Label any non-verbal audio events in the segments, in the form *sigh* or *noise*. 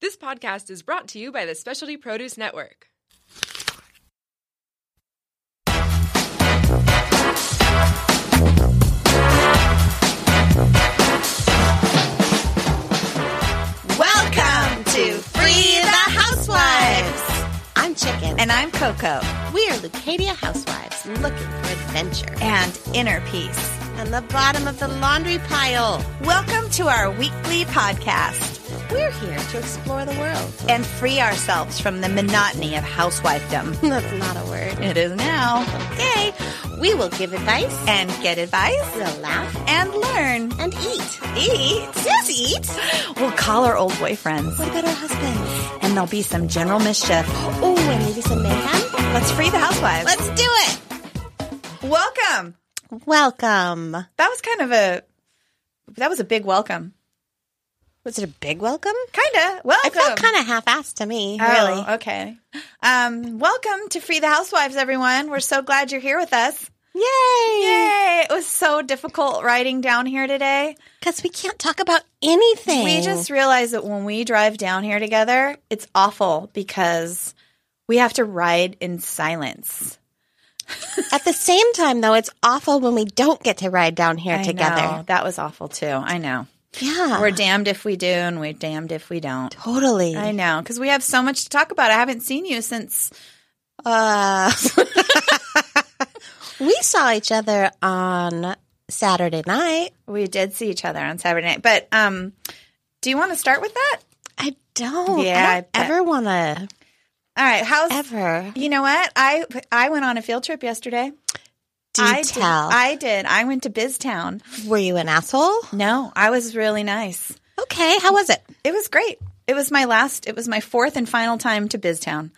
This podcast is brought to you by the Specialty Produce Network. Welcome to Free the Housewives. I'm Chicken, And I'm Coco, we are Lucadia housewives looking for adventure and Inner Peace. on the bottom of the laundry pile. Welcome to our weekly podcast We're here to explore the world. and free ourselves from the monotony of housewifedom. *laughs* That's not a word. It is now. Okay, we will give advice, And get advice we'll laugh, and learn. and eat. Eat. Yes, eat. We'll call our old boyfriends What about our husbands? and there'll be some general mischief. Oh, and maybe some mayhem. Let's free the housewives. Let's do it. welcome. Welcome. That was kind of a that was a big welcome. Was it a big welcome? Kinda. Welcome. It felt kind of half-assed to me. really. Oh, okay. Um, welcome to Free the Housewives, everyone. We're so glad you're here with us. Yay! Yay! It was so difficult riding down here today. Because we can't talk about anything. We just realized that when we drive down here together, it's awful because we have to ride in silence. At the same time, though, it's awful when we don't get to ride down here I together. know. That was awful too. I know. Yeah. We're damned if we do, and we're damned if we don't. totally. I know because we have so much to talk about. I haven't seen you since Uh, *laughs* we saw each other on Saturday night. we did see each other on Saturday night. But um, do you want to start with that? I don't. Yeah, I I don't bet. ever want to All right. How's ever You know what? I I went on a field trip yesterday. I did- detail. I did. I went to Biztown. Were you an asshole? No, I was really nice. Okay, how was it? It was great. It was my last. It was my fourth and final time to Biztown.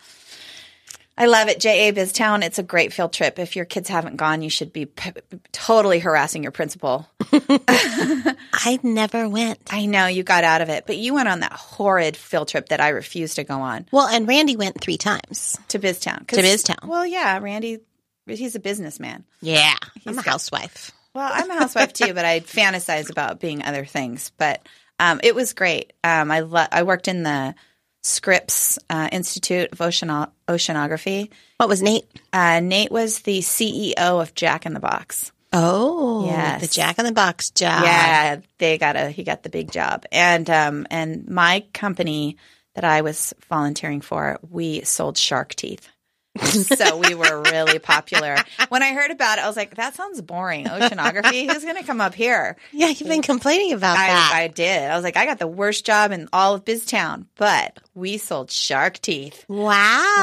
I love it, JA Biztown. It's a great field trip. If your kids haven't gone, you should be p- totally harassing your principal. I never went. I know you got out of it, but you went on that horrid field trip that I refused to go on Well, and Randy went three times. to Biztown. 'Cause- To Biztown. Well, yeah, Randy, he's a businessman. Yeah, I'm a housewife. Well, I'm a housewife too, but I fantasize about being other things. But um, it was great. Um, I lo- I worked in the Scripps uh, Institute of Oceano- Oceanography. What was Nate? Uh, Nate was the CEO of Jack in the Box. Oh, Yes. the Jack in the Box job. yeah, they got a he got the big job, and um, and my company that I was volunteering for, we sold shark teeth. so we were really popular. When I heard about it, I was like, "That sounds boring. Oceanography. Who's going to come up here?" Yeah, you've been complaining about that. I, I did. I was like, I got the worst job in all of BizTown, but we sold shark teeth, wow.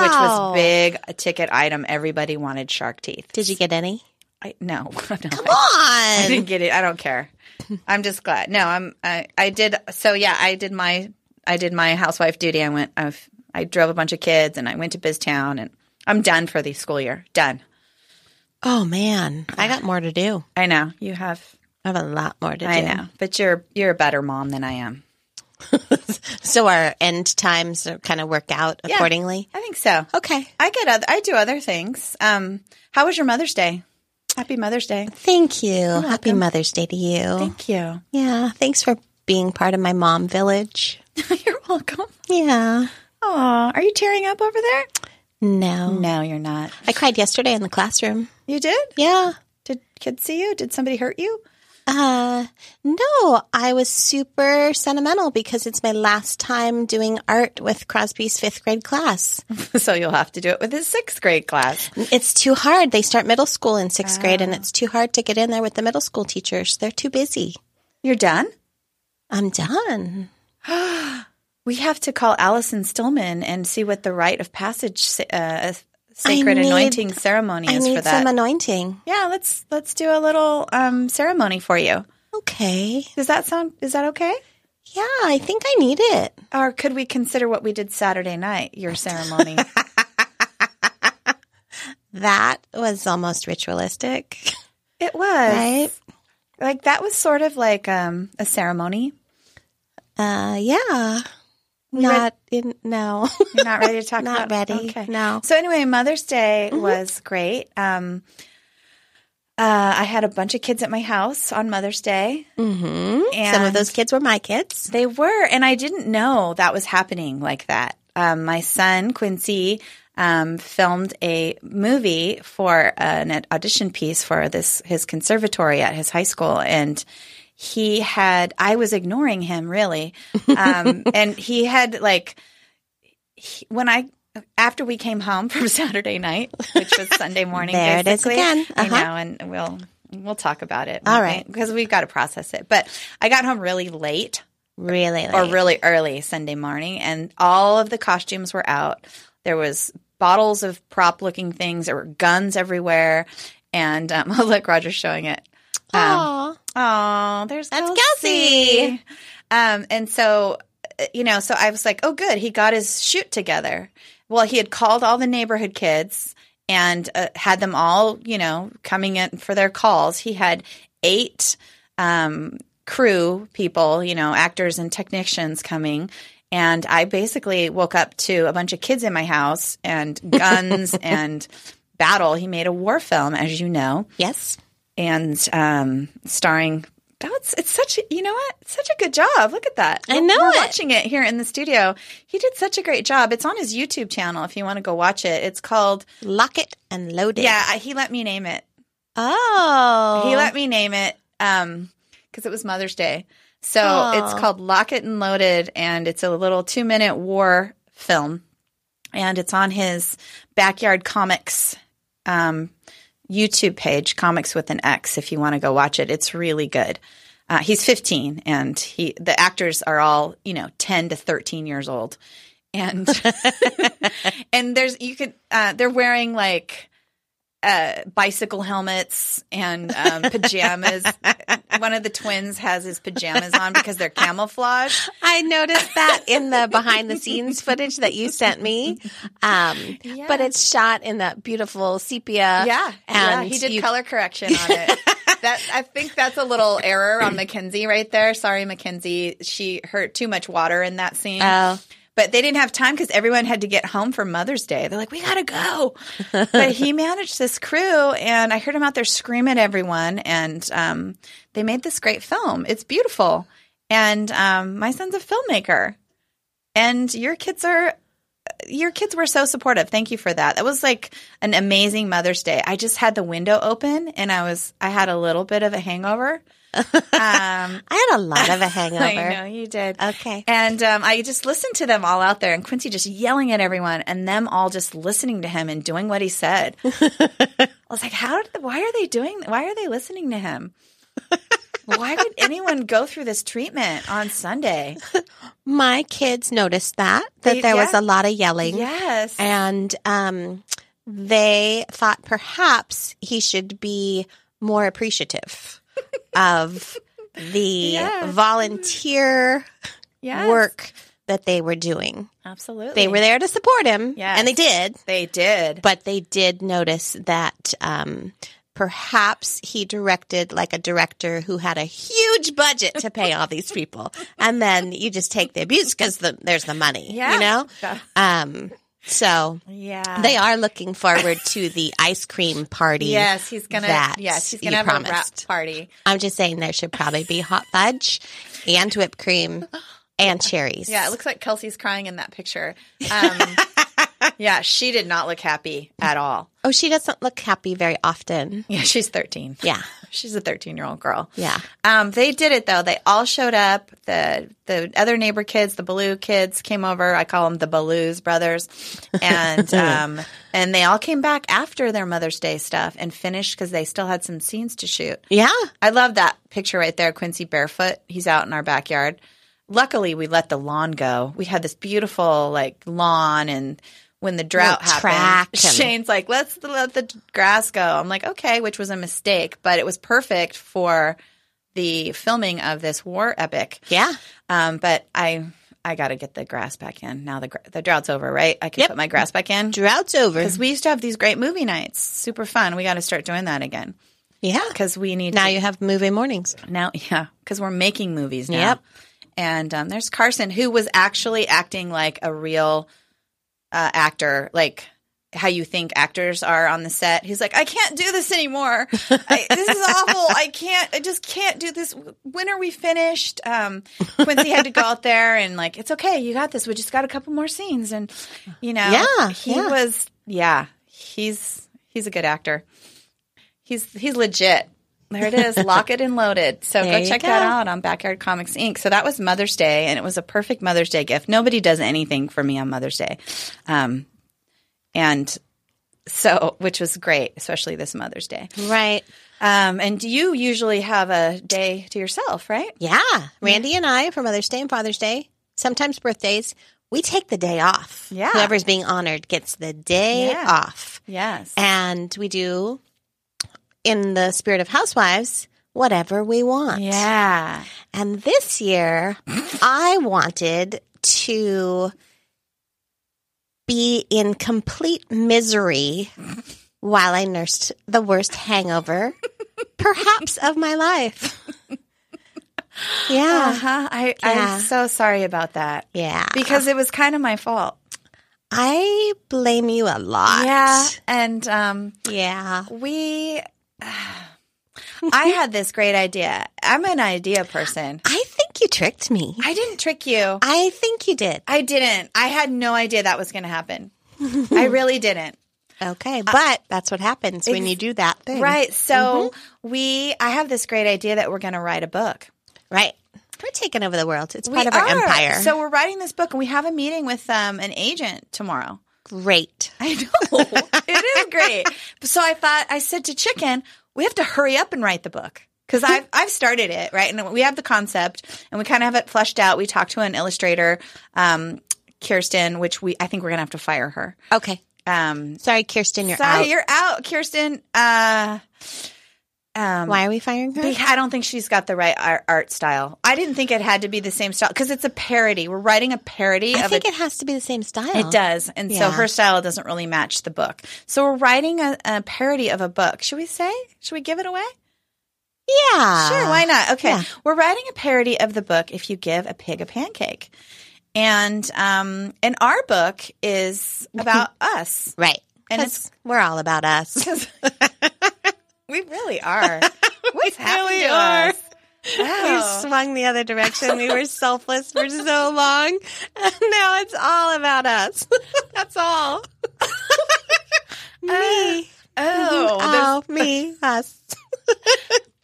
which Oh. was big a ticket item. Everybody wanted shark teeth. Did you get any? I, no, *laughs* no Come I, I on. didn't get it. I don't care. I'm just glad. No, I'm. I, I did. So yeah, I did my. I did my housewife duty. I went. I I drove a bunch of kids, and I went to BizTown, and I'm done for the school year. Done. *laughs* Oh man, I got more to do. I know you have. I have a lot more to do. I know, but you're you're a better mom than I am. *laughs* So our end times kind of work out Yeah. accordingly. I think so. Okay. I get other. I do other things. Um, how was your Mother's Day? Happy Mother's Day. Thank you. Happy Mother's Day to you. Thank you. yeah. Thanks for being part of my mom village. *laughs* You're welcome. Yeah. Aw, are you tearing up over there? No. No, you're not. I cried yesterday in the classroom. You did? Yeah. Did kids see you? Did somebody hurt you? Uh, no, I was super sentimental because it's my last time doing art with Crosby's fifth grade class. *laughs* so you'll have to do it with his sixth grade class. It's too hard. They start middle school in sixth grade Ah. and it's too hard to get in there with the middle school teachers. They're too busy. You're done. I'm done. We have to call Allison Stillman and see what the rite of passage, uh, sacred need- anointing ceremony I is need for that. some anointing. yeah, let's let's do a little um, ceremony for you. Okay. Does that sound? Is that okay? Yeah, I think I need it. Or could we consider what we did Saturday night *laughs* your ceremony? That was almost ritualistic, it was right? like that was sort of like um, a ceremony. Uh, yeah. Not in, no. *laughs* You're not ready to talk Not Mm-hmm. about ready. No. So anyway, Mother's Day was great. Um, Uh, I had a bunch of kids at my house on Mother's Day. Mm-hmm. Some of And- those kids were my kids. They were, and I didn't know that was happening like that. Um, my son Quincy um, filmed a movie for an audition piece for this his conservatory at his high school, and he had I was ignoring him really, *laughs* um, and he had like he, when I after we came home from *laughs* Saturday night, which was *laughs* Sunday morning. There it is basically, again. I Uh-huh. know know, and we'll we'll talk about it. All right. because we've got to process it. But I got home really late Really? or late. really early Sunday morning, and all of the costumes were out. There was bottles of prop looking things. There were guns everywhere, and um, *laughs* I'll let Roger showing it. Aw. Oh, there's That's Kelsey. Kelsey. Um, and so, uh, you know, so I was like, oh, good, he got his shoot together. Well, he had called all the neighborhood kids and uh, had them all, you know, coming in for their calls. He had eight um, crew people, you know, actors and technicians coming. And I basically woke up to a bunch of kids in my house and *laughs* guns and battle. He made a war film, as you know yes. and um, starring. That's it's such a, you know what It's such a good job. Look at that. I know We're it. watching it here in the studio. He did such a great job. It's on his YouTube channel if you want to go watch it. It's called Lock it and load it. Yeah. I- He let me name it. Oh. He let me name it um because it was Mother's Day. So it's Aw. called Lock It and Loaded, and it's a little two minute war film, and it's on his backyard comics um, YouTube page, Comics with an X. If you want to go watch it, it's really good. Uh, he's 15, and he the actors are all you know 10 to 13 years old, and *laughs* and there's you could uh, they're wearing like uh, bicycle helmets and um, pajamas. One of the twins has his pajamas on because they're camouflage. I noticed that in the behind the scenes footage that you sent me. Um, Yeah. But it's shot in that beautiful sepia. yeah. And He did you- color correction on *laughs* it. that I think that's a little error on Mackenzie right there. Sorry, Mackenzie. She hurt too much water in that scene. Oh. But they didn't have time because everyone had to get home for Mother's Day. They're like, we *laughs* gotta go. but he managed this crew, and I heard him out there scream at everyone, and um, they made this great film. It's beautiful, and um, my son's a filmmaker, and your kids are. Your kids were so supportive. Thank you for that. That was like an amazing Mother's Day. I just had the window open and I was I had a little bit of a hangover. Um, I had a lot of a hangover. *laughs* I know you did. Okay. And um, I just listened to them all out there, and Quincy just yelling at everyone, and them all just listening to him and doing what *laughs* he said. I was like, "How? Did, why are they doing? Why are they listening to *laughs* him? why would anyone go through this treatment on Sunday?" My kids noticed that, that They- there was yeah. a lot of yelling. Yes, And um, they thought perhaps he should be more appreciative of the *laughs* Yes. volunteer yes. work that they were doing. Absolutely, They were there to support him, Yes. and they did. They did. But they did notice that um, perhaps he directed like a director who had a huge budget to pay all these *laughs* people, and then you just take the abuse because the, there's the money, Yeah. you know. Um, so yeah, they are looking forward to the ice cream party. Yes, he's gonna. that yes, he's you gonna have a rap promised. party. I'm just saying there should probably be hot fudge and whipped cream and cherries. Yeah, it looks like Kelsey's crying in that picture. *laughs* Um, yeah, she did not look happy at all. oh, she doesn't look happy very often. Yeah, she's 13. Yeah, *laughs* She's a 13 year old girl. yeah. Um, they did it though. They all showed up. The the other neighbor kids, the Baloo kids, came over. I call them the Baloo's brothers, *laughs* and um, and they all came back after their Mother's Day stuff and finished because they still had some scenes to shoot. Yeah. I love that picture right there, Quincy barefoot. He's out in our backyard. Luckily, we let the lawn go. We had this beautiful like lawn, and when the drought Little track happened, and- *laughs* Shane's like, "Let's let the grass go." I'm like, "Okay," which was a mistake, but it was perfect for the filming of this war epic. Yeah. Um, but I I got to get the grass back in now. The gr- the drought's over, right? I can Yep. put my grass back in Drought's over. because we used to have these great movie nights. Super fun. We got to start doing that again Yeah. because we need Now to you have movie mornings. now, *laughs* yeah, because we're making movies now. Yep. And um, there's Carson, who was actually acting like a real uh, actor, like how you think actors are on the set. He's like, I can't do this anymore. I, this is awful. I can't. I just can't do this. When are we finished? Um, Quincy had to go out there and like, it's okay. You got this. We just got a couple more scenes, and you know, Yeah, he yeah. was. Yeah, he's he's a good actor. He's he's legit. There *laughs* it is, lock it and loaded. So There go you check that go. out on Backyard Comics Inc. So that was Mother's Day, and it was a perfect Mother's Day gift. Nobody does anything for me on Mother's Day, um, and so which was great, especially this Mother's Day. Right. Um, and you usually have a day to yourself, right? Yeah. Randy and I, for Mother's Day and Father's Day, sometimes birthdays, we take the day off. Yeah. Whoever's being honored gets the day Yeah. off. Yes. And we do, in the spirit of housewives, whatever we want. Yeah. And this year, I wanted to be in complete misery while I nursed the worst *laughs* hangover, perhaps, of my life. Uh Yeah. huh. Uh-huh. I Yeah. I'm so sorry about that Yeah. because it was kind of my fault. I blame you a lot. Yeah, and um, Yeah. we. *sighs* I had this great idea. I'm an idea person. I think you tricked me. I didn't trick you. I think you did. I didn't. I had no idea that was going to happen. *laughs* I really didn't. Okay. But that's what happens when you do that thing. Uh, Right. So we I have this great idea that we're going to write a book. Right. We're taking over the world. It's We part of our are. empire. So we're writing this book and we have a meeting with um, an agent tomorrow. great. I know. *laughs* it is great. So I thought I said to Chicken, we have to hurry up and write the book. *laughs* Because I've, I've started it, right? And we have the concept and we kind of have it fleshed out. We talked to an illustrator, um, Kirsten, which we I think we're going to have to fire her. Okay. Um, Sorry, Kirsten, you're Sorry, out. you're out, Kirsten. Uh, um, Why are we firing her? be- I don't think she's got the right art, art style. I didn't think it had to be the same style because it's a parody. We're writing a parody I of think a. it has to be the same style. It does, and so Oh. Yeah. her style doesn't really match the book. So we're writing a, a parody of a book. Should we say? Should we give it away? Yeah. Sure, why not? Okay. Uh, yeah. We're writing a parody of the book If You Give a Pig a Pancake. And um and our book is about us. Right. And And it's- it's we're all about *laughs* us. We really *laughs* are. What's happening really to are. us? Wow. We swung the other direction. We were selfless for so long. And now it's all about us. *laughs* That's all. me. Oh, Oh, there's- me. Us.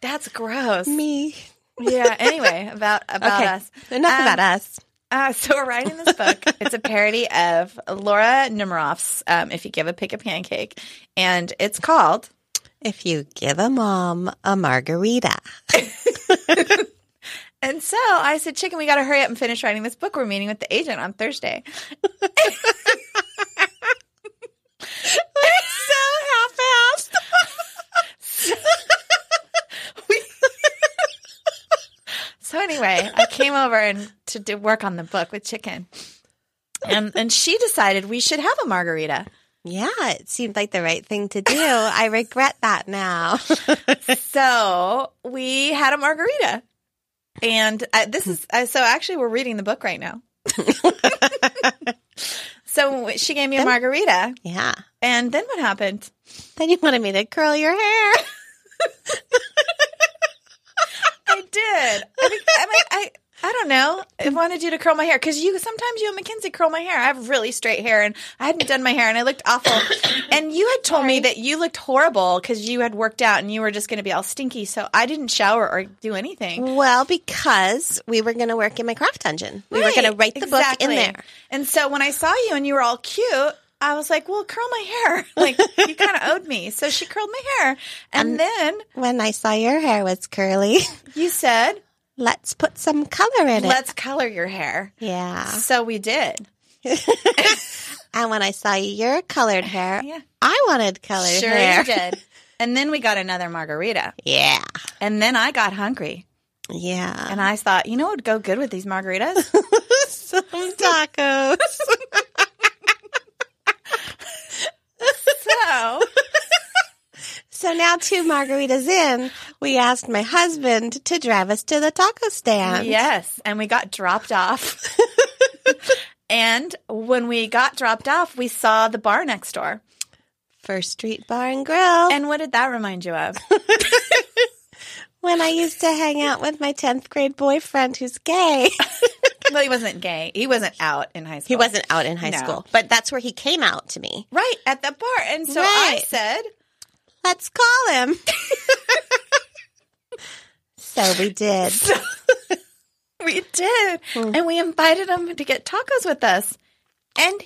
that's gross. Me. Yeah. *laughs* Anyway, about about Okay. us. Enough Um, about us. Uh, so we're writing this book. it's a parody of Laura Nemiroff's um, "If You Give a Pig a Pancake," and it's called If you give a mom a margarita. And so I said, Chicken, we got to hurry up and finish writing this book. We're meeting with the agent on Thursday. *laughs* so half so anyway, I came over and to do work on the book with Chicken. And, and she decided we should have a margarita. Yeah, it seemed like the right thing to do. *laughs* I regret that now. *laughs* So we had a margarita. And uh, this is uh, so actually, we're reading the book right now. so she gave me a margarita. Yeah. And then what happened? Then you wanted me to curl your hair. I did. I, think, I, mean, I, I don't know. I wanted you to curl my hair because you sometimes you and Mackenzie curl my hair. I have really straight hair and I hadn't done my hair and I looked awful. and you had told me that you looked horrible because you had worked out and you were just going to be all stinky. So I didn't shower or do anything. Well, because we were going to work in my craft dungeon. We were going to write the book in Exactly. there. And so when I saw you and you were all cute, I was like, "Well, curl my hair." *laughs* Like you kind *laughs* of owed me. So she curled my hair, and then When I saw your hair was curly, *laughs* you said, let's put some color in it. "Let's color your hair." Yeah. So we did. And when I saw your colored *laughs* hair, Yeah. I wanted colored sure hair. you did. And then we got another margarita, Yeah. and then I got hungry, Yeah. and I thought, you know, what would go good with these margaritas? *laughs* some tacos. *laughs* so so now two margaritas in, we asked my husband to drive us to the taco stand. Yes, and we got *laughs* dropped off. *laughs* and when we got dropped off, we saw the bar next door. First Street Bar and Grill. *laughs* And what did that remind you of? when I used to hang out with my 10th grade boyfriend who's gay. well, he wasn't gay. He wasn't out in high *laughs* school. He wasn't out in high No. school, but that's where he came out to me. Right at the bar. And so I Right. said, Let's call him. so we did. we did. Hmm. And we invited him to get tacos with us. And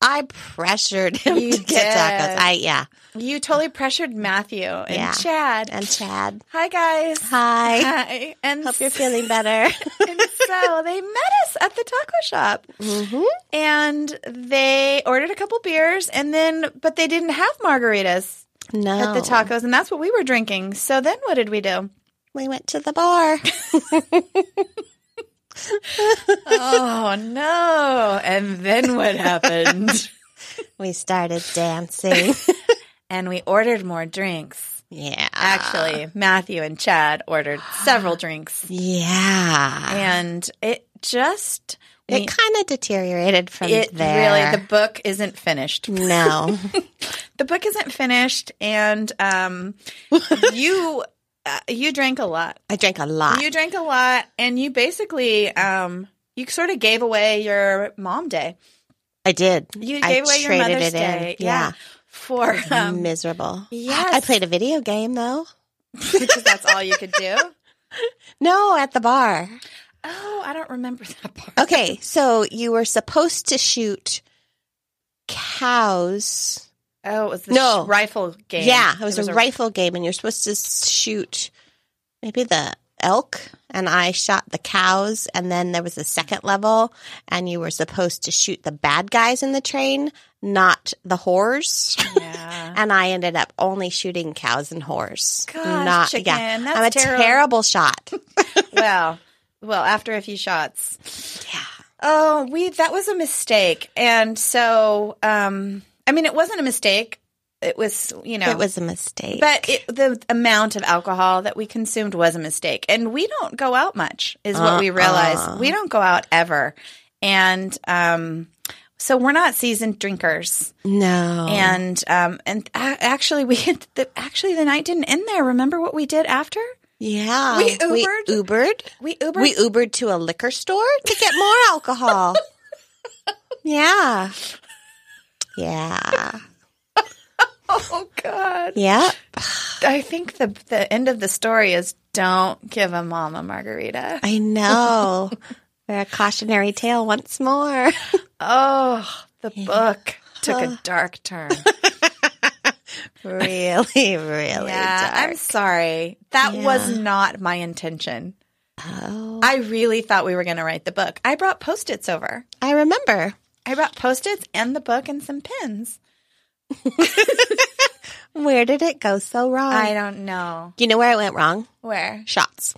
I pressured him You to get did. tacos. I yeah. you totally pressured Matthew and Yeah. Chad. And Chad. Hi, guys. Hi. Hi. And Hope you're feeling better. *laughs* and so they met us at the taco shop Mm-hmm. and they ordered a couple beers and then but they didn't have margaritas No. at the tacos and that's what we were drinking so then what did we do We went to the bar. oh no and then what happened We started dancing. *laughs* and we ordered more drinks yeah. Ah. actually matthew and chad ordered *sighs* several drinks Yeah. and it just Ah. it kind of deteriorated from it there. really the book isn't finished *laughs* no. the book isn't finished and um *laughs* you uh, you drank a lot I drank a lot. you drank a lot and you basically um you sort of gave away your mom day I did. you I gave away your traded mother's it in. day Yeah. *laughs* for um *laughs* Miserable. *gasps* yes. I played a video game though. because that's all you could do No, at the bar. oh i don't remember that *laughs* part Okay, so you were supposed to shoot cows. oh it was the No. sh- rifle game Yeah, it was, a, rifle game, and you're supposed to shoot maybe the elk. And I shot the cows, and then there was a second level, and you were supposed to shoot the bad guys in the train, not the whores. *laughs* yeah And I ended up only shooting cows and whores. Gosh, not chicken, yeah. that's I'm a terrible. terrible *laughs* shot. well well after a few shots yeah. Oh, we that was a mistake. And so um I mean it wasn't a mistake. It was, you know, It was a mistake. but it, the amount of alcohol that we consumed was a mistake. And we don't go out much is what we Uh-uh. realized. We don't go out ever. And um so we're not seasoned drinkers. no. And um and a- actually we had the, actually the night didn't end there. Remember what we did after? yeah. We Ubered? We Ubered. We Ubered We Ubered to a liquor store to get more alcohol. *laughs* yeah. Yeah. Oh god. Yep. I think the the end of the story is don't give a mom a margarita. I know. We're a cautionary tale once more. *laughs* Oh, the book took a *laughs* dark turn. really, really. yeah, I'm sorry. That Yeah. was not my intention. Oh. I really thought we were going to write the book. I brought post-its over. I remember. I brought post-its and the book and some pins. Where did it go so wrong? I don't know you know where it went wrong? where. Shots.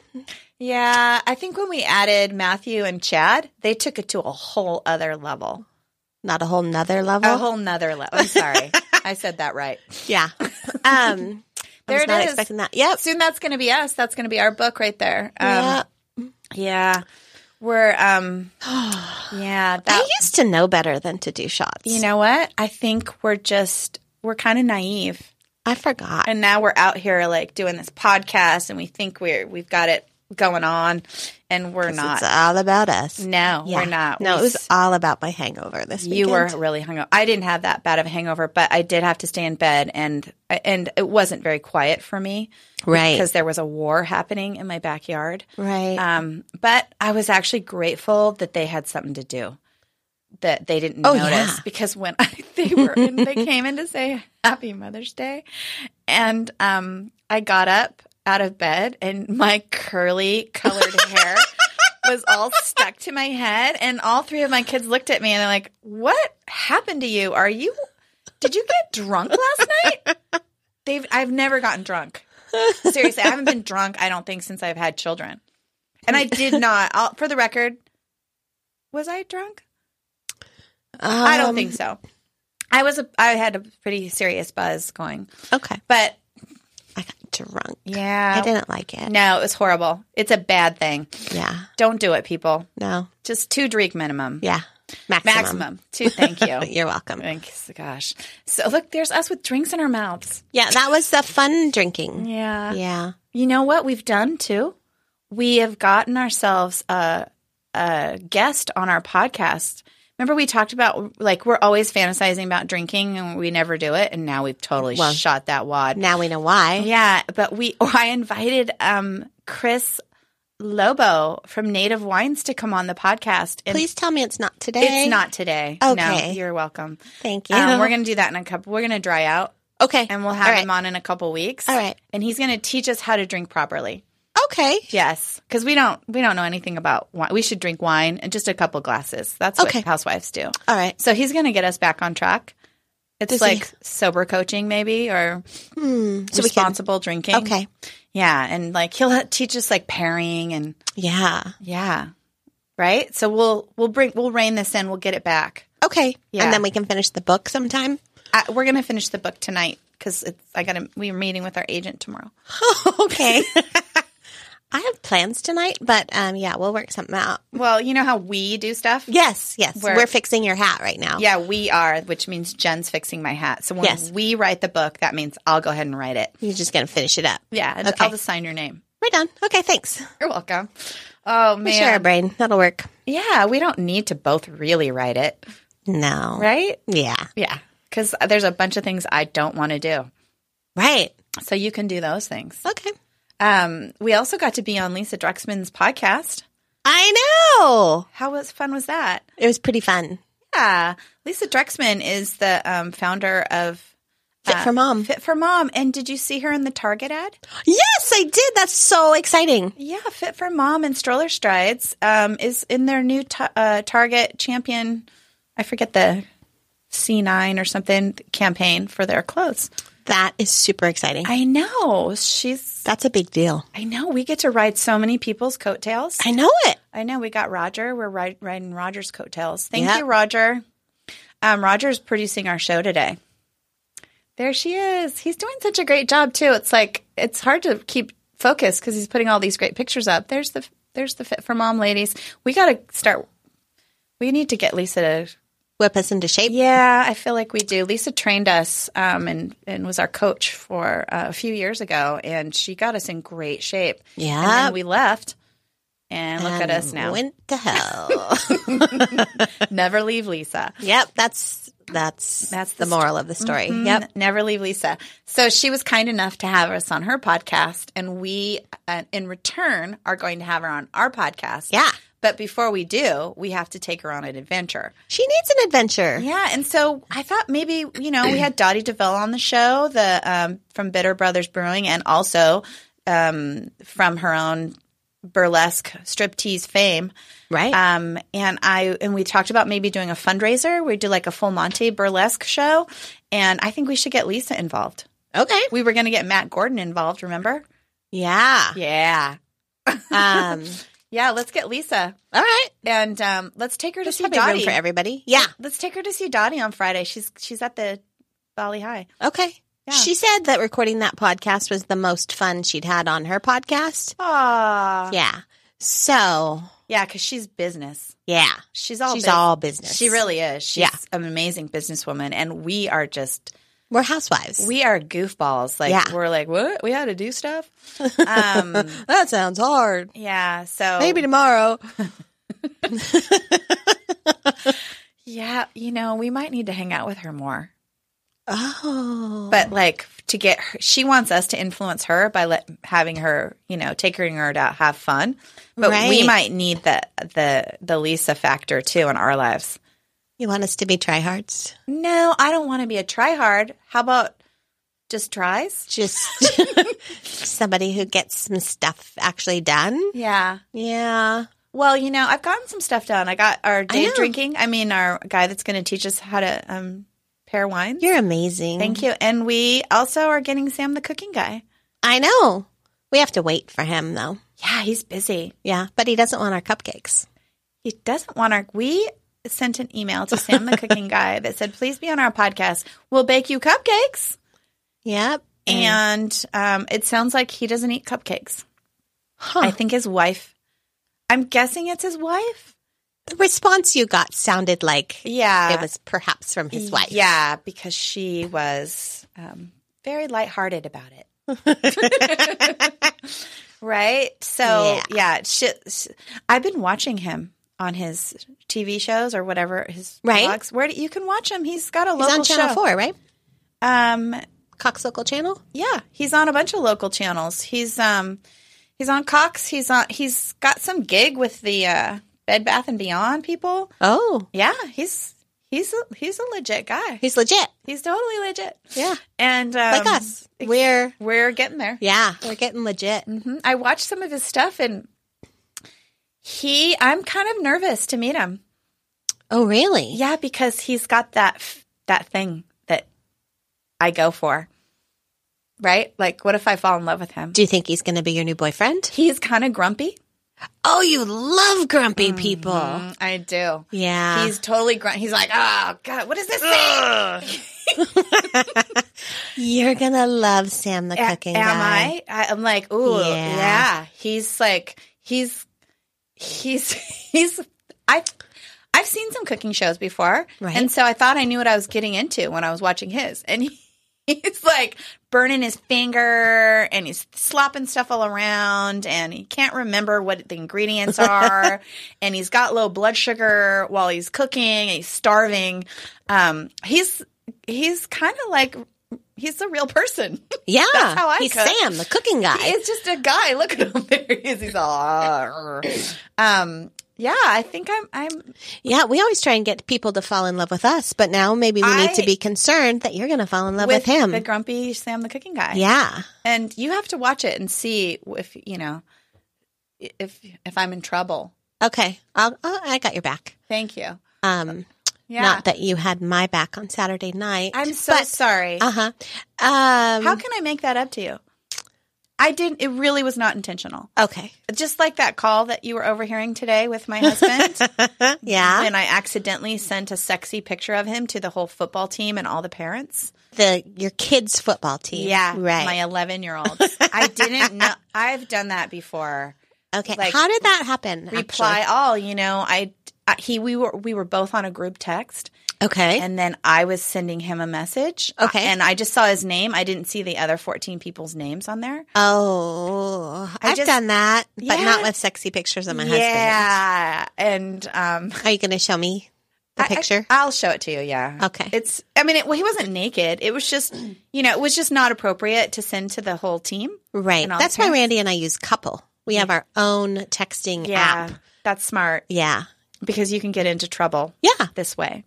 Yeah, I think when we added Matthew and Chad, they took it to a whole other level. Not a whole nother level. A whole nother level. *laughs* I'm sorry. I said that right. yeah. *laughs* Um, I There was it not is. expecting that. Yep. soon that's going to be us. That's going to be our book right there. Um, yep. yeah. We're, *sighs* um, yeah. That, I used to know better than to do shots. you know what? I think we're just, we're kind of naive. I forgot. And now we're out here like doing this podcast and we think we're, we've got it going on and we're not. It's all about us. No, Yeah. we're not. No, We it was s- all about my hangover this weekend. You were really hungover. I didn't have that bad of a hangover, but I did have to stay in bed, and and it wasn't very quiet for me right, because there was a war happening in my backyard. right. Um, but I was actually grateful that they had something to do that they didn't Oh, notice yeah. because when *laughs* I, they were *laughs* in, they came in to say Happy Mother's Day, and um, I got up out of bed and my curly colored *laughs* hair was all stuck to my head, and all three of my kids looked at me and they're like, "What happened to you? Are you? Did you get drunk last night?" They've I've never gotten drunk. Seriously, I haven't been drunk. I don't think since I've had children, and I did not. I'll, for the record, was I drunk? I don't Um, think so. I was a, I had a pretty serious buzz going, Okay, but I got drunk. I yeah, didn't like it. no, it was horrible. It's a bad thing. Yeah, Don't do it, people. no, Just two drink minimum. yeah. Maximum. Maximum. Two. Thank you. You're welcome. Thanks. Gosh. So look, there's us with drinks in our mouths. Yeah, that was the fun drinking. Yeah. Yeah. You know what we've done too? We have gotten ourselves a, a guest on our podcast. Remember, we talked about like we're always fantasizing about drinking and we never do it. And now we've totally Well, shot that wad. Now we know why. Yeah. But we, *laughs* or I invited um, Chris Lobo from Native Wines to come on the podcast. And Please tell me it's not today. It's not today. No, Okay. you're welcome. Thank you. Um, we're going to do that in a couple. We're going to dry out okay. and we'll have All right. him on in a couple weeks. All right. And he's going to teach us how to drink properly. Okay. Yes, because we don't we don't know anything about wine. We should drink wine and just a couple glasses. That's Okay. what housewives do. All right. So he's going to get us back on track. It's Does he- like sober coaching, maybe, or Hmm. So we can. responsible drinking. Okay. yeah, and like he'll ha- teach us like pairing and Yeah. yeah, right. So we'll we'll bring we'll rein this in. We'll get it back. Okay. Yeah. And then we can finish the book *laughs* sometime. I, we're going to finish the book tonight because it's I got to we're meeting with our agent tomorrow. *laughs* okay. *laughs* I have plans tonight, but um, yeah, we'll work something out. Well, you know how we do stuff. Yes, yes. We're- We're, fixing your hat right now. Yeah, we are, which means Jen's fixing my hat. So when Yes. we write the book, that means I'll go ahead and write it. You're just going to finish it up. Yeah, and Okay. I'll just sign your name. We're done. Okay, thanks. You're welcome. Oh We share our man, brain. That'll work. yeah, we don't need to both really write it, No. right? Yeah. Yeah, because there's a bunch of things I don't want to do, Right. so you can do those things. Okay. Um, we also got to be on Lisa Druxman's podcast. I know. How was fun was that? It was pretty fun. Yeah, Lisa Druxman is the um, founder of Fit for mom. Uh, Fit for Mom. And did you see her in the Target ad? Yes, I did. That's so exciting. Yeah, Fit for Mom and Stroller Strides um, is in their new ta- uh, Target Champion. I forget the C9 or something campaign for their clothes. That is super exciting. I know she's. That's a big deal. I know we get to ride so many people's coattails. I know it. I know we got Roger. We're ri- riding Roger's coattails. Thank Yep. you, Roger. Um, Roger's producing our show today. There she is. He's doing such a great job too. It's like it's hard to keep focus because he's putting all these great pictures up. There's the there's the fit for mom ladies. We got to start. We need to get Lisa to. Whip us into shape. Yeah, I feel like we do. Lisa trained us um, and and was our coach for uh, a few years ago, and she got us in great shape. and Yeah. then we left, and look at And us now. Went to *laughs* hell. Never leave Lisa. yep. That's that's That's that's the the, moral of the story. Yep. Yep. Never leave Lisa. So she was kind enough to have us on her podcast, and we, uh, in return, are going to have her on our podcast. Yeah. But before we do, we have to take her on an adventure. She needs an adventure. Yeah. And so I thought maybe, you know, we had Dottie DeVille on the show, the um, from Bitter Brothers Brewing, and also um, from her own burlesque striptease fame. Right. Um, and I and we talked about maybe doing a fundraiser. We do like a full Monty burlesque show, and I think we should get Lisa involved. okay. We were going to get Matt Gordon involved. Remember? *laughs* Yeah. Yeah, Um yeah. Let's get Lisa, all right. and um, let's take her to Just see have a room Dottie. for everybody. Yeah. let's take her to see Dottie on Friday. She's she's at the Bali High. Okay. Yeah. She said that recording that podcast was the most fun she'd had on her podcast. Aww. Yeah, Yeah. So, yeah, because she's business. yeah. She's all. She's bus- all business. She really is. She's Yeah. an amazing businesswoman, and we are just We're housewives. we are goofballs. Like Yeah. we're like, what? We had to do *laughs* stuff. Um, that sounds hard. Yeah. So Maybe tomorrow. Yeah, you know, we might need to hang out with her more. Oh. But like to get her, she wants us to influence her by let, having her, you know, taking her to have fun. But we Right. might need the the the Lisa factor too in our lives. you want us to be tryhards? No, I don't want to be a tryhard. How about just tries? Just somebody who gets some stuff actually done? Yeah. Yeah. Well, you know, I've gotten some stuff done. I got our day know. drinking. I mean, our guy that's going to teach us how to um, pair wines. You're amazing. Thank you. And we also are getting Sam the cooking guy. I know. We have to wait for him though. Yeah, he's busy. Yeah, but he doesn't want our cupcakes. He doesn't want our. We sent an email to Sam the cooking guy that said, "Please be on our podcast. We'll bake you cupcakes." Yep. And um, it sounds like he doesn't eat cupcakes. Huh. I think his wife. I'm guessing it's his wife the response you got sounded like Yeah. it was perhaps from his wife. Yeah, because she was um, very lighthearted about it. *laughs* right? So, Yeah. yeah, she, she- I've been watching him on his TV shows or whatever his Right. vlogs. Where do, you can watch him. He's got a He's local on Channel show. 4, right? Um Cocksuckle Channel? yeah, he's on a bunch of local channels. He's um he's on Cox, he's on he's got some gig with the uh Bed Bath and Beyond people. Oh, Yeah, he's he's a, he's a legit guy. he's legit. He's totally legit. Yeah. And um, Like us. We're, We're getting there. yeah, we're getting legit. Mhm. I watched some of his stuff and he, I'm kind of nervous to meet him. Oh, really? Yeah, because he's got that f- that thing that I go for. Right? Like what if I fall in love with him? Do you think he's going to be your new boyfriend? He's kind of grumpy. Oh, you love grumpy people. Mm, I do. Mm-hmm. Yeah. He's totally grumpy. He's like, "Oh god, what is this thing?" You're going to love Sam the A- cooking am guy. I? I? I'm like, ooh, Yeah. yeah. He's like, he's, he's, *laughs* he's. I, I've seen some cooking shows before, Right. and so I thought I knew what I was getting into when I was watching his, and *laughs* he, he's like burning his finger, and he's slopping stuff all around, and he can't remember what the *laughs* ingredients are, and he's got low blood sugar while he's cooking, and he's starving. Um, he's he's kind of like. He's a real person. Yeah. That's how I he's cook. Sam the cooking guy. It's just a guy. Look at him. There he is. He's all. "Ah, rrr." Um. Yeah, I think I'm. I'm. Yeah, we always try and get people to fall in love with us, but now maybe we need I- to be concerned that you're going to fall in love with, him. the grumpy Sam the cooking guy. yeah. and you have to watch it and see if you know if if I'm in trouble. Okay. I'll, I'll, I got your back. Thank you. Um, Yeah, Not that you had my back on Saturday night. I'm so sorry. Uh huh. Um, How can I make that up to you? I didn't. It really was not intentional. okay. Just like that call that you were overhearing today with *laughs* my husband. yeah. When I accidentally sent a sexy picture of him to the whole football team and all the parents. the your kids' football team. Yeah, Right. My 11 year old. I didn't know. *laughs* I've done that before. okay. like, How did that happen? Reply all. You know, I, I he we were we were both on a group text, actually? Okay. and then I was sending him a message. Okay. and I just saw his name. I didn't see the other 14 people's names on there. oh, I I've just- done that, but Yeah. not with sexy pictures of my husband. yeah, and um, Are you going to show me the I- I- picture? I'll show it to you. Yeah. okay. It's. I mean, it, well, he wasn't naked. It was just, you know, it was just not appropriate to send to the whole team. Right. and all That's the why parents. Randy and I use couple. We have our own texting app. that's smart Yeah. because you can get into trouble. Yeah. this way.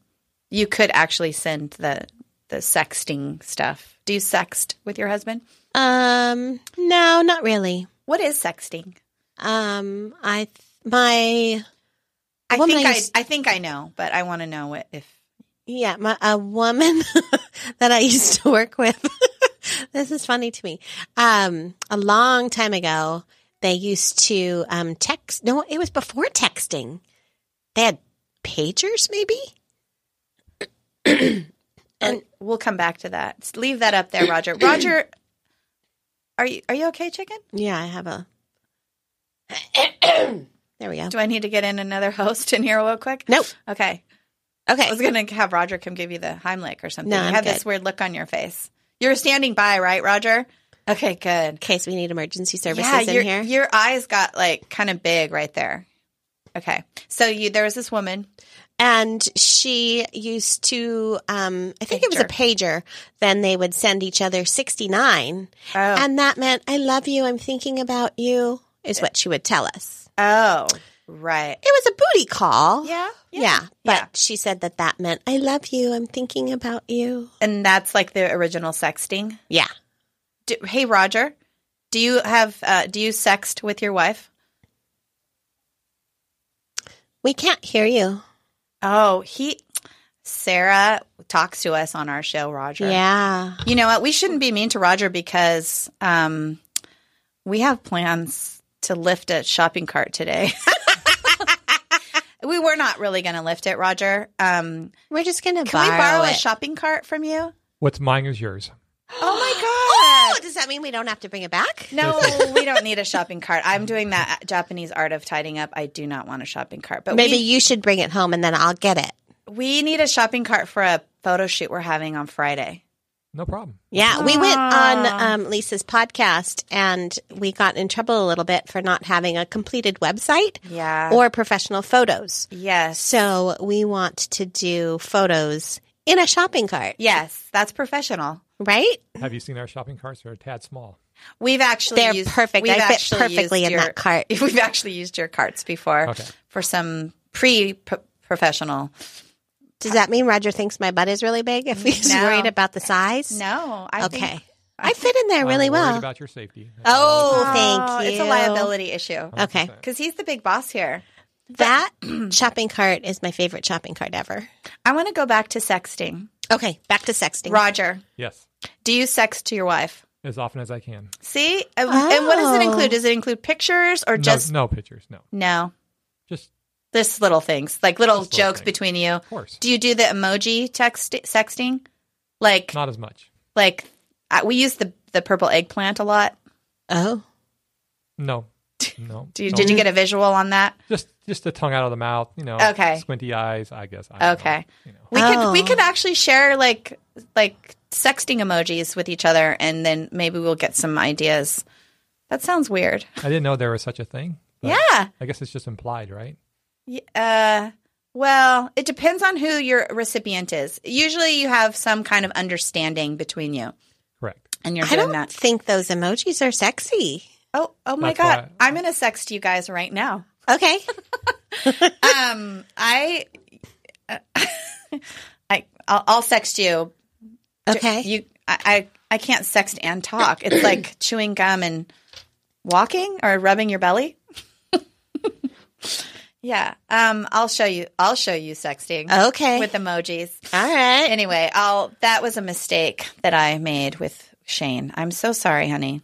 You could actually send the the sexting stuff. Do you sext with your husband? Um no, not really. What is sexting? Um I my I Woman, think I I, used- I think I know, but I want to know what if yeah, my a woman *laughs* that I used to work with. *laughs* this is funny to me. Um a long time ago, they used to um text no, it was before texting. They had pagers maybe? And- we'll come back to that. S- Leave that up there, *clears throat* Roger. Roger, are you are you okay, chicken? Yeah, I have a *coughs* There we go. Do I need to get in another *laughs* host in here real quick? Nope. Okay, Okay. I was gonna have Roger come give you the Heimlich or something. No, you I'm had good. this weird look on your face. You're standing by, right, Roger? Okay, good. in case we need emergency services in your, here. Your eyes got like kind of big right there. Okay. So you there was this woman. and she used to, um, I think it was a pager. Then they would send each other 69. Oh. And that meant, I love you. I'm thinking about you, is what she would tell us. oh. Right. It was a booty call. Yeah. Yeah. but Yeah. she said that that meant, I love you. I'm thinking about you. And that's like the original sexting. Yeah. Do, hey Roger, do you have uh, do you sext with your wife? We can't hear you. Oh, he Sarah talks to us on our show, Roger. Yeah. You know what? We shouldn't be mean to Roger because um, we have plans to lift a shopping cart today. *laughs* we were not really going to lift it, Roger. Um, We're just going to can borrow, we borrow it. a shopping cart from you? What's mine is yours. *gasps* Oh my Oh, god! does that mean we don't have to bring it back? No, *laughs* we don't need a shopping cart. I'm doing that Japanese art of tidying up. I do not want a shopping cart. But Maybe we- you should bring it home and then I'll get it. We need a shopping cart for a photo shoot we're having on Friday. No problem. Yeah, we went on Ah. um, Lisa's podcast and we got in trouble a little bit for not having a completed website Yeah. or professional photos. yes. So we want to do photos in a shopping cart, yes, that's professional. right? Have you seen our shopping carts? They're a tad small. We've actually They're used, perfect. we've I fit actually perfectly used in your- that cart. *laughs* We've actually used your carts before Okay. for some pre professional. Does that mean Roger thinks my butt is really big if he's No. worried about the size? No, I okay. think I fit in there I'm really worried well. about your safety. That's all oh, Oh, thank you. It's a liability issue Okay. I'm saying. because he's the big boss here. That *clears throat* shopping cart is my favorite shopping cart ever. I want to go back to sexting. Okay, back to sexting. Roger, Yes, do you sext to your wife? as often as I can. See, and, and what does it include? Does it include pictures or No, just no pictures. No, no? just This little things, like little Just little jokes things. between you. of course. Do you do the emoji text sexting? Like Not as much. like I, we use the the purple eggplant a lot. oh, No, no. *laughs* Do you, no. Did you get a visual on that? just just the tongue out of the mouth? You know. Okay. Squinty eyes. I guess. I don't know, Okay. you know. We could we Oh. could actually share like like sexting emojis with each other, and then maybe we'll get some ideas. That sounds weird. I didn't know there was such a thing. but Yeah. I guess it's just implied, right? Y- Uh, well, it depends on who your recipient is. Usually, you have some kind of understanding between you, Correct. and you're I doing don't that. think those emojis are sexy. Oh, oh my That's god! why- I'm gonna sext you guys right now. Okay, Um, I, uh, *laughs* I, I'll, I'll sext you. okay. You, I, I, I can't sext and *clears throat* talk. It's like chewing gum and walking or rubbing your *laughs* belly. yeah. Um, I'll show you. I'll show you sexting. Okay. With emojis. All right. Anyway, I'll. That was a mistake that I made with Shane. I'm so sorry, honey.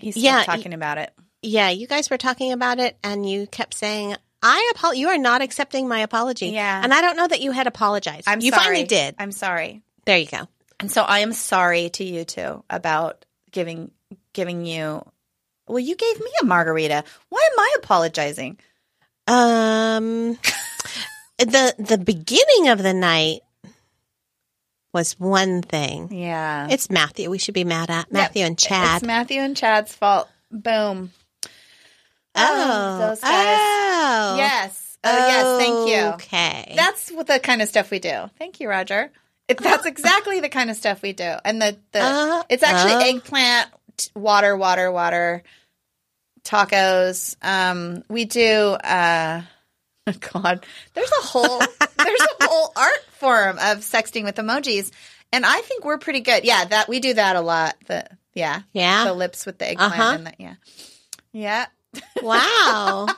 He's still Yeah, y- talking about it. Yeah, you guys were talking about it, and you kept saying, "I apo- You are not accepting my apology. Yeah. and I don't know that you had apologized. I'm you sorry. finally did. I'm sorry. there you go. And so I am sorry to you two about giving giving you well, you gave me a margarita. Why am I apologizing? Um, *laughs* the the beginning of the night was one thing. Yeah. It's, It's Matthew. We should be mad at Matthew and Chad. it's Matthew and Chad's fault. Boom. Um, oh, those guys. Oh, Yes. Oh, yes, thank you. Okay. That's what the kind of stuff we do. Thank you, Roger. *laughs* It, that's exactly the kind of stuff we do. And the, the Uh, it's actually uh. eggplant, t- water, water, water, tacos. Um, we do. Uh, *laughs* God, there's *laughs* a whole there's a whole art form of sexting with emojis, and I think we're pretty good. Yeah, that we do that a lot. The yeah, Yeah. the lips with the eggplant Uh-huh. and the, yeah, yeah. wow.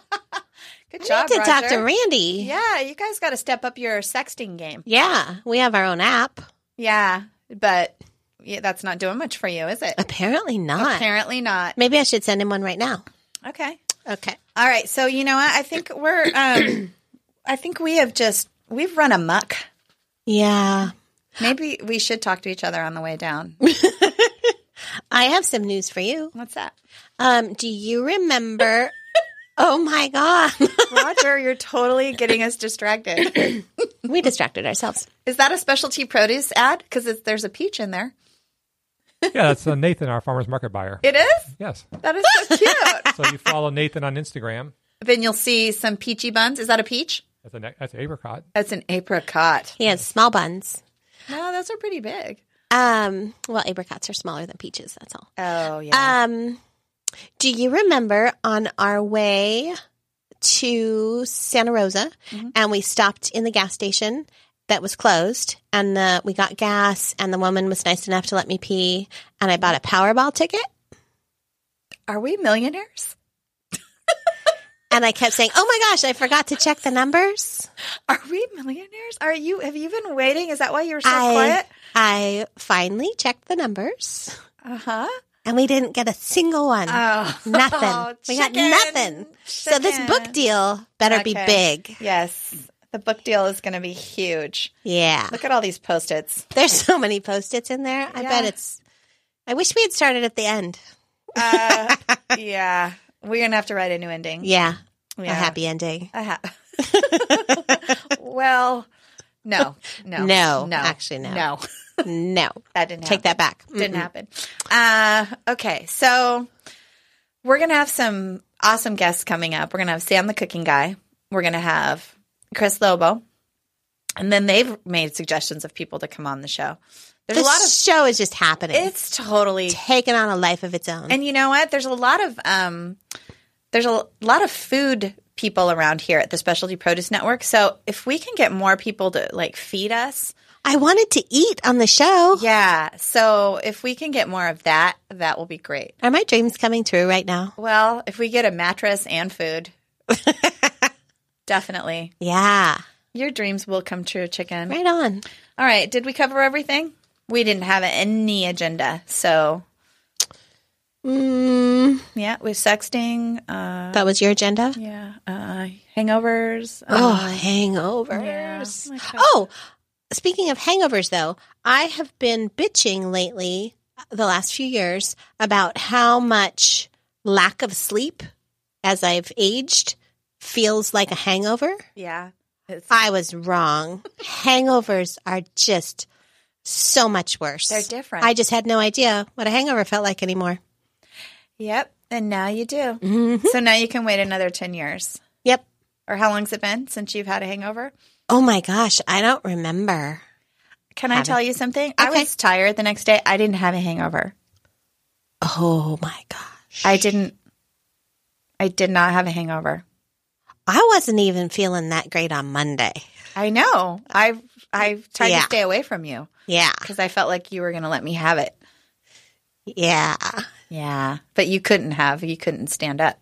Good I *laughs* job, need to Roger. talk to Randy. Yeah, you guys got to step up your sexting game. Yeah, we have our own app. Yeah, but yeah, that's not doing much for you, is it? Apparently not. Apparently not. Maybe I should send him one right now. Okay. Okay. All right. So you know what? I think we're. Um, I think we have just we've run amok. Yeah. Maybe we should talk to each other on the way down. I have some news for you. What's that, Um, do you *laughs* remember? oh my God. *laughs* Roger? You're totally getting us distracted. we distracted ourselves. Is that a specialty produce ad? Because there's a peach in there. Yeah, that's uh, Nathan, our farmers market *laughs* buyer. It is. Yes. That is *laughs* so cute. So you follow Nathan on Instagram. then you'll see some peachy buns. Is that a peach? That's an that's an apricot. That's an apricot. He has small buns. No, those are pretty big. Um, well, apricots are smaller than peaches. That's all. Oh yeah. Um, do you remember on our way to Santa Rosa Mm-hmm. and we stopped in the gas station that was closed and the, we got gas and the woman was nice enough to let me pee and I bought a Powerball ticket are we millionaires? and I kept saying, "Oh my gosh, I forgot to check the numbers." Are we millionaires? Are you? Have you been waiting? Is that why you were *laughs* so I quiet? I finally checked the numbers Uh huh. and we didn't get a single one. Oh, *laughs* nothing. we got chicken. nothing. So this book Chicken. deal better be Okay. big. Yes, the book deal is going to be huge. Yeah. Look at all these post its. *laughs* There's so many post-its in there. I bet Yeah. it's I wish we had started at the end. Uh, yeah, we're gonna have to write a new ending. Yeah, Yeah. a happy ending. A ha- *laughs* *laughs* well, no, no, No, actually, no. no. No, That didn't take that back. Didn't Mm-mm. happen. Uh, okay, so we're gonna have some awesome guests coming up. We're gonna have Sam the Cooking Guy. We're gonna have Chris Lobo, and then they've made suggestions of people to come on the show. There's The a lot of show is just happening. It's it's totally taken on a life of its own. And you know what? There's a lot of um, there's a lot of food people around here at the Specialty Produce Network. So if we can get more people to like feed us, I wanted to eat on the show. yeah. So if we can get more of that, that will be great. Are my dreams coming true right now? Well, if we get a mattress and food, *laughs* definitely Yeah, your dreams will come true, chicken. right on. All right. Did we cover everything? We didn't have any agenda, so Mm, yeah, with sexting, uh, that was your agenda. yeah, uh, hangovers. Oh, uh, hangovers. Yeah. Oh my God. Oh, speaking of hangovers, though, I have been bitching lately, uh, the last few years, about how much lack of sleep as I've aged feels like a hangover. Yeah. It's, I was wrong. Hangovers are just so much worse. they're different. I just had no idea what a hangover felt like anymore. yep. And now you do. Mhm. So now you can wait another 10 years. Yep. Or how long's it been since you've had a hangover? Oh my gosh, I don't remember. Can I Haven't. tell you something? I Okay. was tired the next day. I didn't have a hangover. Oh my gosh. I didn't. I did not have a hangover. I wasn't even feeling that great on Monday. I know. I I tried Yeah. to stay away from you Yeah. because I felt like you were going to let me have it. Yeah. Yeah, but you couldn't have. You couldn't stand up.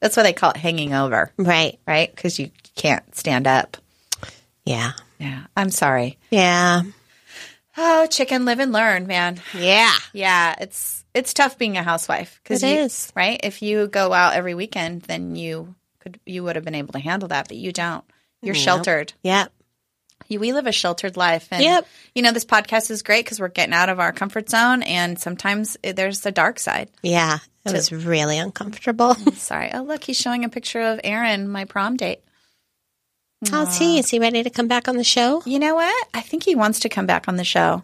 That's why they call it hanging over, Right. right? Because you can't stand up. Yeah. Yeah, I'm sorry. Yeah. Oh, chicken live and learn, man. Yeah. Yeah, it's it's tough being a housewife It you- is. right. If you go out every weekend, then you could you would have been able to handle that, but you don't. You're Nope. sheltered. Yep. You, we live a sheltered life, and Yep. you know this podcast is great because we're getting out of our comfort zone, and sometimes it, there's the dark side. Yeah. It was really uncomfortable. Sorry. Oh, look, he's showing a picture of Aaron, my prom date. How's he? Is he ready to come back on the show? You know what? I think he wants to come back on the show.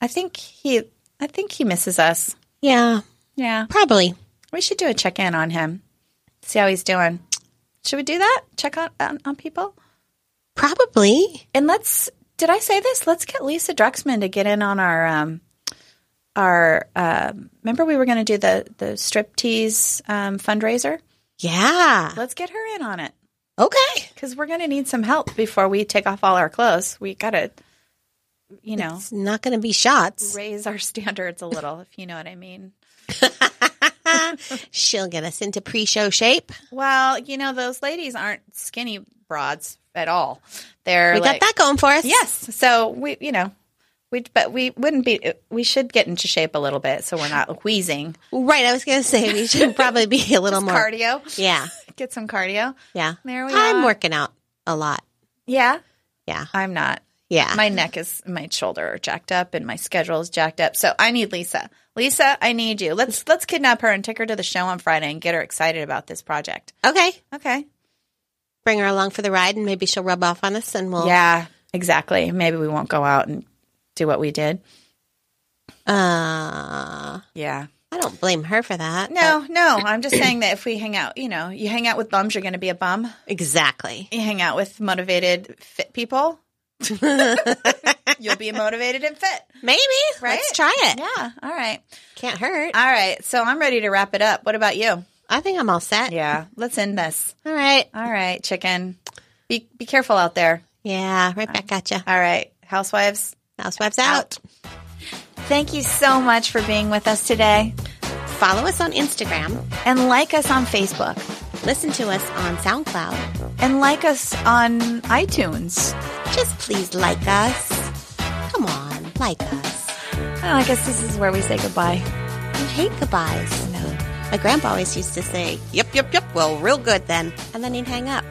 I think he I think he misses us. Yeah. Yeah. Probably. We should do a check in on him. See how he's doing. Should we do that? Check on, on on people. Probably. And let's. Did I say this? Let's get Lisa Druxman to get in on our um our. um remember, we were going to do the the striptease um, fundraiser. Yeah. Let's get her in on it Okay. because we're going to need some help before we take off all our clothes. We got to, you know, It's not going to be shots. raise our *laughs* standards a little, if you know what I mean. She'll get us into pre-show shape. Well, you know, those ladies aren't skinny broads at all. They're we like, got that going for us. Yes. So we, you know, we but we wouldn't be. We should get into shape a little bit so we're not wheezing. Right. I was going to say we *laughs* should probably be a little Just more. cardio. Yeah. Get some cardio. Yeah. There we I'm are. working out a lot. Yeah. Yeah. I'm not. Yeah. My neck is my shoulder are jacked up and my schedule is jacked up. So I need Lisa. Lisa, I need you. Let's let's kidnap her and take her to the show on Friday and get her excited about this project. okay. Okay. Bring her along for the ride and maybe she'll rub off on us and we'll Yeah. Exactly. Maybe we won't go out and do what we did. Uh, Yeah. I don't blame her for that. No, no. I'm just saying that if we hang out, you know, you hang out with bums, you're going to be a bum. but- exactly. you hang out with motivated fit *laughs* people you'll be motivated and fit Maybe. Right? Let's try it. yeah all right Can't hurt. all right so i'm ready to wrap it up what about you I think I'm all set. yeah let's end this All right. all right chicken be be careful out there Yeah. Right back at you. all right housewives Housewives out. thank you so much for being with us today Follow us on Instagram. and like us on facebook Listen to us on SoundCloud. and like us on itunes Just please like us. Come on. Like us. and i guess this is where we say goodbye You hate goodbyes. No. My grandpa always used to say, yep, yep, yep. Well, real good then. And then he'd hang up.